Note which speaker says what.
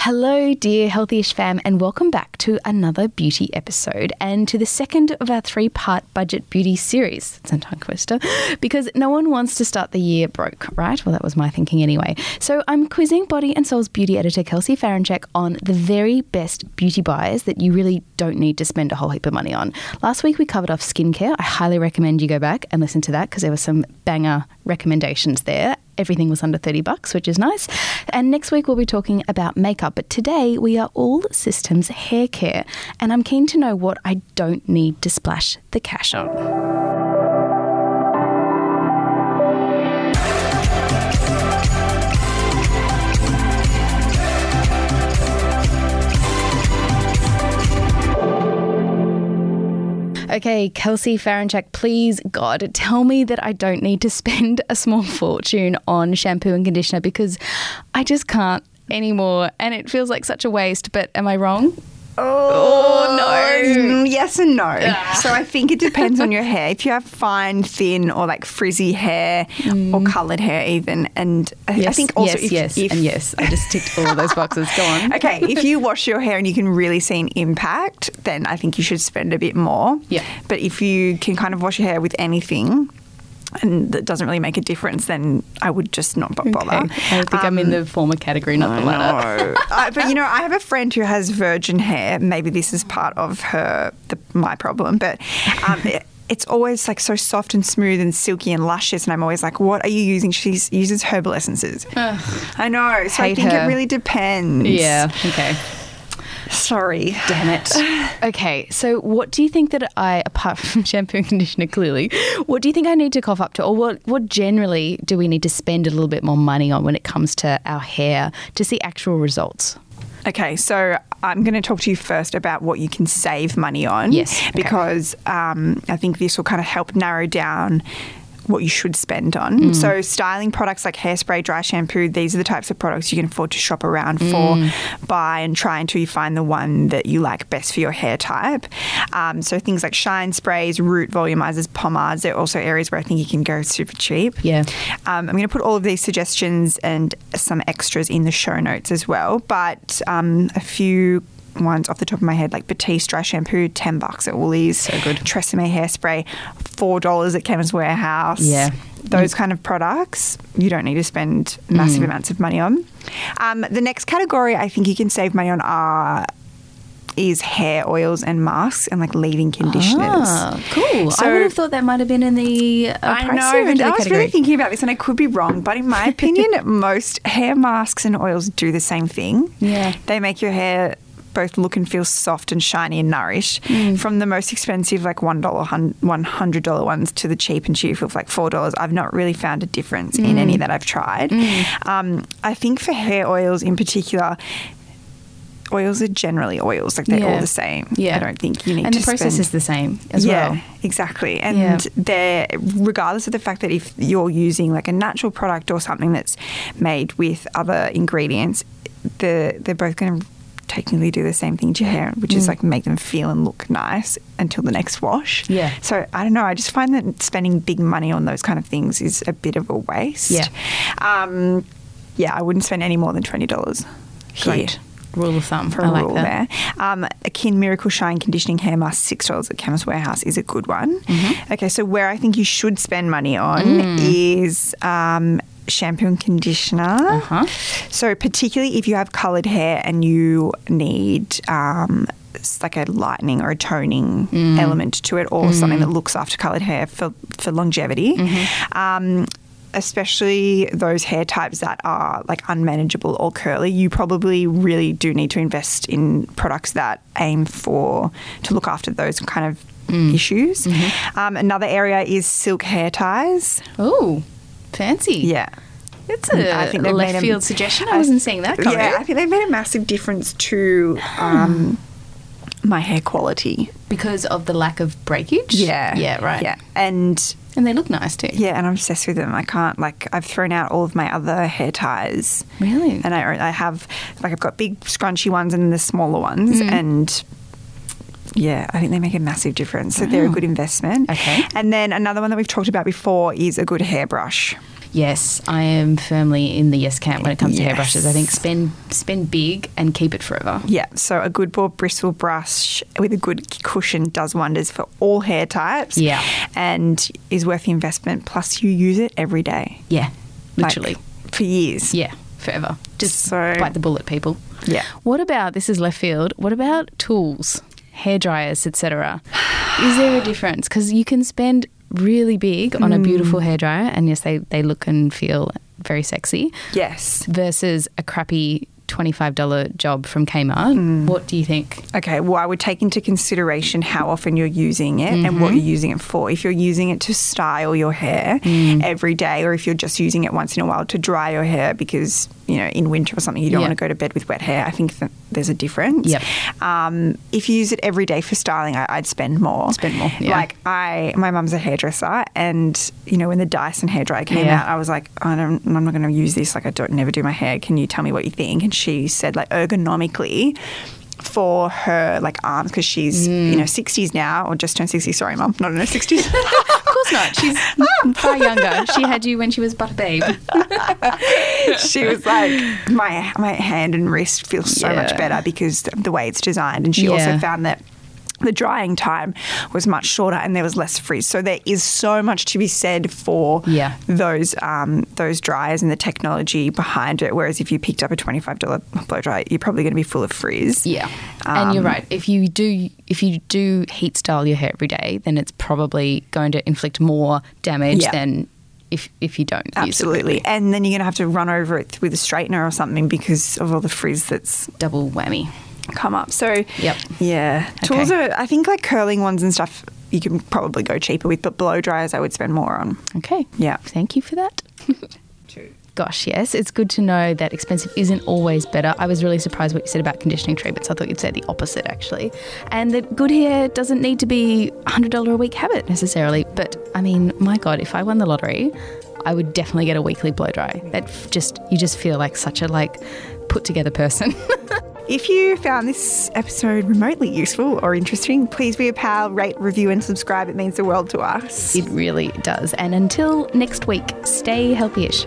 Speaker 1: Hello, dear Healthyish fam, and welcome back to another beauty episode and to the second of our three part budget beauty series, it's a tongue twister, because no one wants to start the year broke, right? Well, that was my thinking anyway. So I'm quizzing Body and Soul's beauty editor, Kelsey Farinchek, on the very best beauty buys that you really don't need to spend a whole heap of money on. Last week we covered off skincare. I highly recommend you go back and listen to that because there were some banger recommendations there everything was under 30 bucks, which is nice. And next week we'll be talking about makeup, but today we are all systems hair care, and I'm keen to know what I don't need to splash the cash on. Okay, Kelsey Farinchak, please, God, tell me that I don't need to spend a small fortune on shampoo and conditioner because I just can't anymore and it feels like such a waste, but am I wrong?
Speaker 2: Oh, no. Yes and no. So I think it depends on your hair. If you have fine, thin, or like frizzy hair, or coloured hair, even. And I- I think also
Speaker 1: Mm. yes,
Speaker 2: if,
Speaker 1: yes,
Speaker 2: if
Speaker 1: and yes. I just ticked all of those boxes. Go on.
Speaker 2: okay, if you wash your hair and you can really see an impact, then I think you should spend a bit more.
Speaker 1: Yeah.
Speaker 2: But if you can kind of wash your hair with anything. And that doesn't really make a difference, then I would just not b- bother. Um,
Speaker 1: Okay. I think I'm in the former category, not the latter.
Speaker 2: No. I, but you know, I have a friend who has virgin hair. Maybe this is part of her the, my problem, but um, it- it's always like so soft and smooth and silky and luscious. And I'm always like, "What are you using?" She uses herbal essences. I know. So I
Speaker 1: Hate
Speaker 2: think
Speaker 1: her.
Speaker 2: it really depends.
Speaker 1: Yeah, okay.
Speaker 2: Sorry.
Speaker 1: Damn it. okay, so what do you think that I, apart from shampoo and conditioner, clearly, what do you think I need to cough up to, or what, what generally do we need to spend a little bit more money on when it comes to our hair to see actual results?
Speaker 2: Okay, so I'm going to talk to you first about what you can save money on.
Speaker 1: Yes, okay.
Speaker 2: Because um, I think this will kind of help narrow down what you should spend on.
Speaker 1: Mm.
Speaker 2: So, styling products like hairspray, dry shampoo, these are the types of products you can afford to shop around
Speaker 1: Mm.
Speaker 2: for, buy, and try until you find the one that you like best for your hair type. Um, so, things like shine sprays, root volumizers, pomades, they're also areas where I think you can go super cheap.
Speaker 1: Yeah.
Speaker 2: Um, I'm going to put all of these suggestions and some extras in the show notes as well, but um, a few ones off the top of my head, like Batiste dry shampoo, ten bucks at Woolies. So
Speaker 1: good.
Speaker 2: Tresemme hairspray, four dollars at Chemist Warehouse.
Speaker 1: Yeah.
Speaker 2: Those kind of products you don't need to spend massive
Speaker 1: Mm.
Speaker 2: amounts of money on. Um, the next category I think you can save money on are is hair oils and masks and like leave-in conditioners.
Speaker 1: Ah. cool. I
Speaker 2: So-
Speaker 1: would have thought that might have been in the uh,
Speaker 2: I
Speaker 1: pricier
Speaker 2: know.
Speaker 1: end of
Speaker 2: I
Speaker 1: the
Speaker 2: was
Speaker 1: category.
Speaker 2: really thinking about this, and I could be wrong, but in my opinion, most hair masks and oils do the same thing.
Speaker 1: Yeah.
Speaker 2: they make your hair both look and feel soft and shiny and nourished.
Speaker 1: Mm.
Speaker 2: From the most expensive, like one dollar, one hundred dollar ones, to the cheap and cheerful, like four dollars. I've not really found a difference in
Speaker 1: Mm.
Speaker 2: any that I've tried. Um, I think for hair oils in particular. Oils are generally oils, like they're
Speaker 1: Yeah.
Speaker 2: all the same.
Speaker 1: Yeah.
Speaker 2: I don't think you need
Speaker 1: And
Speaker 2: to
Speaker 1: the process
Speaker 2: spend-
Speaker 1: is the same as
Speaker 2: yeah,
Speaker 1: well.
Speaker 2: exactly.
Speaker 1: Yeah.
Speaker 2: And they're regardless of the fact that if you're using like a natural product or something that's made with other ingredients, the they're both going to technically do the same thing to your hair, which
Speaker 1: Mm.
Speaker 2: is like make them feel and look nice until the next wash.
Speaker 1: Yeah.
Speaker 2: So I don't know. I just find that spending big money on those kind of things is a bit of a waste.
Speaker 1: Yeah.
Speaker 2: Um, yeah, I wouldn't spend any more than twenty dollars.
Speaker 1: Great. Rule of thumb.
Speaker 2: For
Speaker 1: I
Speaker 2: a
Speaker 1: like
Speaker 2: rule
Speaker 1: that.
Speaker 2: there. Um, a Kin Miracle Shine Conditioning Hair Mask, six dollars at Chemist Warehouse is a good one.
Speaker 1: Mm-hmm.
Speaker 2: Okay, so where I think you should spend money on
Speaker 1: Mm.
Speaker 2: is um, shampoo and conditioner.
Speaker 1: Uh-huh.
Speaker 2: So particularly if you have coloured hair and you need. Um, s- like a lightening or a toning element to it, or something that looks after coloured hair for for longevity. Um, especially those hair types that are like unmanageable or curly, you probably really do need to invest in products that aim for to look after those kind of issues. Um, another area is silk hair ties.
Speaker 1: Oh, fancy.
Speaker 2: Yeah.
Speaker 1: That's a
Speaker 2: Um, I think they've
Speaker 1: left
Speaker 2: made a-
Speaker 1: field suggestion. I, wasn't seeing that coming.
Speaker 2: Yeah, I think they've made a massive difference to um, my hair quality.
Speaker 1: Because of the lack of breakage? Yeah, right.
Speaker 2: Yeah. And
Speaker 1: And they look nice too.
Speaker 2: Yeah, and I'm obsessed with them. I can't like I've thrown out all of my other hair ties.
Speaker 1: Really?
Speaker 2: And I I have like I've got big scrunchy ones and the smaller ones
Speaker 1: Mm.
Speaker 2: and yeah, I think they make a massive difference. So they're a good investment.
Speaker 1: Okay.
Speaker 2: And then another one that we've talked about before is a good hairbrush.
Speaker 1: Yes, I am firmly in the yes camp when it comes to
Speaker 2: Yes.
Speaker 1: hairbrushes. I think spend spend big and keep it forever.
Speaker 2: Yeah, so a good ball bristle brush with a good cushion does wonders for all hair types.
Speaker 1: Yeah.
Speaker 2: And is worth the investment. Plus, you use it every day.
Speaker 1: Yeah,
Speaker 2: like,
Speaker 1: literally.
Speaker 2: for years.
Speaker 1: yeah, forever. Just
Speaker 2: So-
Speaker 1: bite the bullet, people.
Speaker 2: Yeah.
Speaker 1: What about this is left field? What about tools, hair dryers, etc.? Is there a difference? Because you can spend really big
Speaker 2: Mm.
Speaker 1: on a beautiful hair dryer, and yes, they they look and feel very sexy,
Speaker 2: Yes.
Speaker 1: versus a crappy. $25 job from Kmart.
Speaker 2: Hmm.
Speaker 1: What do you think?
Speaker 2: Okay, well, I would take into consideration how often you're using it and
Speaker 1: Mm-hmm.
Speaker 2: what you're using it for. If you're using it to style your hair
Speaker 1: Mm.
Speaker 2: every day, or if you're just using it once in a while to dry your hair because, you know, in winter or something, you don't
Speaker 1: Yeah.
Speaker 2: want to go to bed with wet hair, I think that there's a difference.
Speaker 1: Yep.
Speaker 2: Um, if you use it every day for styling, I, I'd spend more.
Speaker 1: Spend more, yeah.
Speaker 2: Like, I, my mum's a hairdresser, and, you know, when the Dyson hairdryer came
Speaker 1: Yeah.
Speaker 2: out, I was like, I don't, I'm not going to use this. Like, I don't never do my hair. Can you tell me what you think? And she said, like, ergonomically for her like arms because she's you know 60s now or just turned 60 sorry mum not in her 60s
Speaker 1: Of course not. She's far younger. She had you when she was but a babe.
Speaker 2: she was like my my hand and wrist feel so much
Speaker 1: Yeah.
Speaker 2: better because the way it's designed and she also
Speaker 1: Yeah.
Speaker 2: found that the drying time was much shorter and there was less frizz so there is so much to be said for
Speaker 1: Yeah.
Speaker 2: those um, those dryers and the technology behind it whereas if you picked up a $25 blow dryer you're probably going to be full of frizz
Speaker 1: Yeah, and you're
Speaker 2: Um,
Speaker 1: right. If you do, if you do heat style your hair every day, then it's probably going to inflict more damage
Speaker 2: Yeah.
Speaker 1: than if if you don't. use
Speaker 2: Absolutely. And then you're going to have to run over it with a straightener or something because of all the frizz that's
Speaker 1: it. double whammy.
Speaker 2: come up. So,
Speaker 1: Yep.
Speaker 2: yeah. Tools
Speaker 1: Okay.
Speaker 2: are, I think, like curling ones and stuff, you can probably go cheaper with, but blow dryers I would spend more on.
Speaker 1: Okay.
Speaker 2: Yeah.
Speaker 1: Thank you for that. Gosh, yes, it's good to know that expensive isn't always better. I was really surprised what you said about conditioning treatments. I thought you'd say the opposite, actually. And that good hair doesn't need to be a $100 a week habit necessarily. But I mean, my God, if I won the lottery, I would definitely get a weekly blow dry. That f- just, you just feel like such a like put together person.
Speaker 2: If you found this episode remotely useful or interesting, please be a pal, rate, review, and subscribe. It means the world to us.
Speaker 1: it really does. And until next week, stay healthy-ish.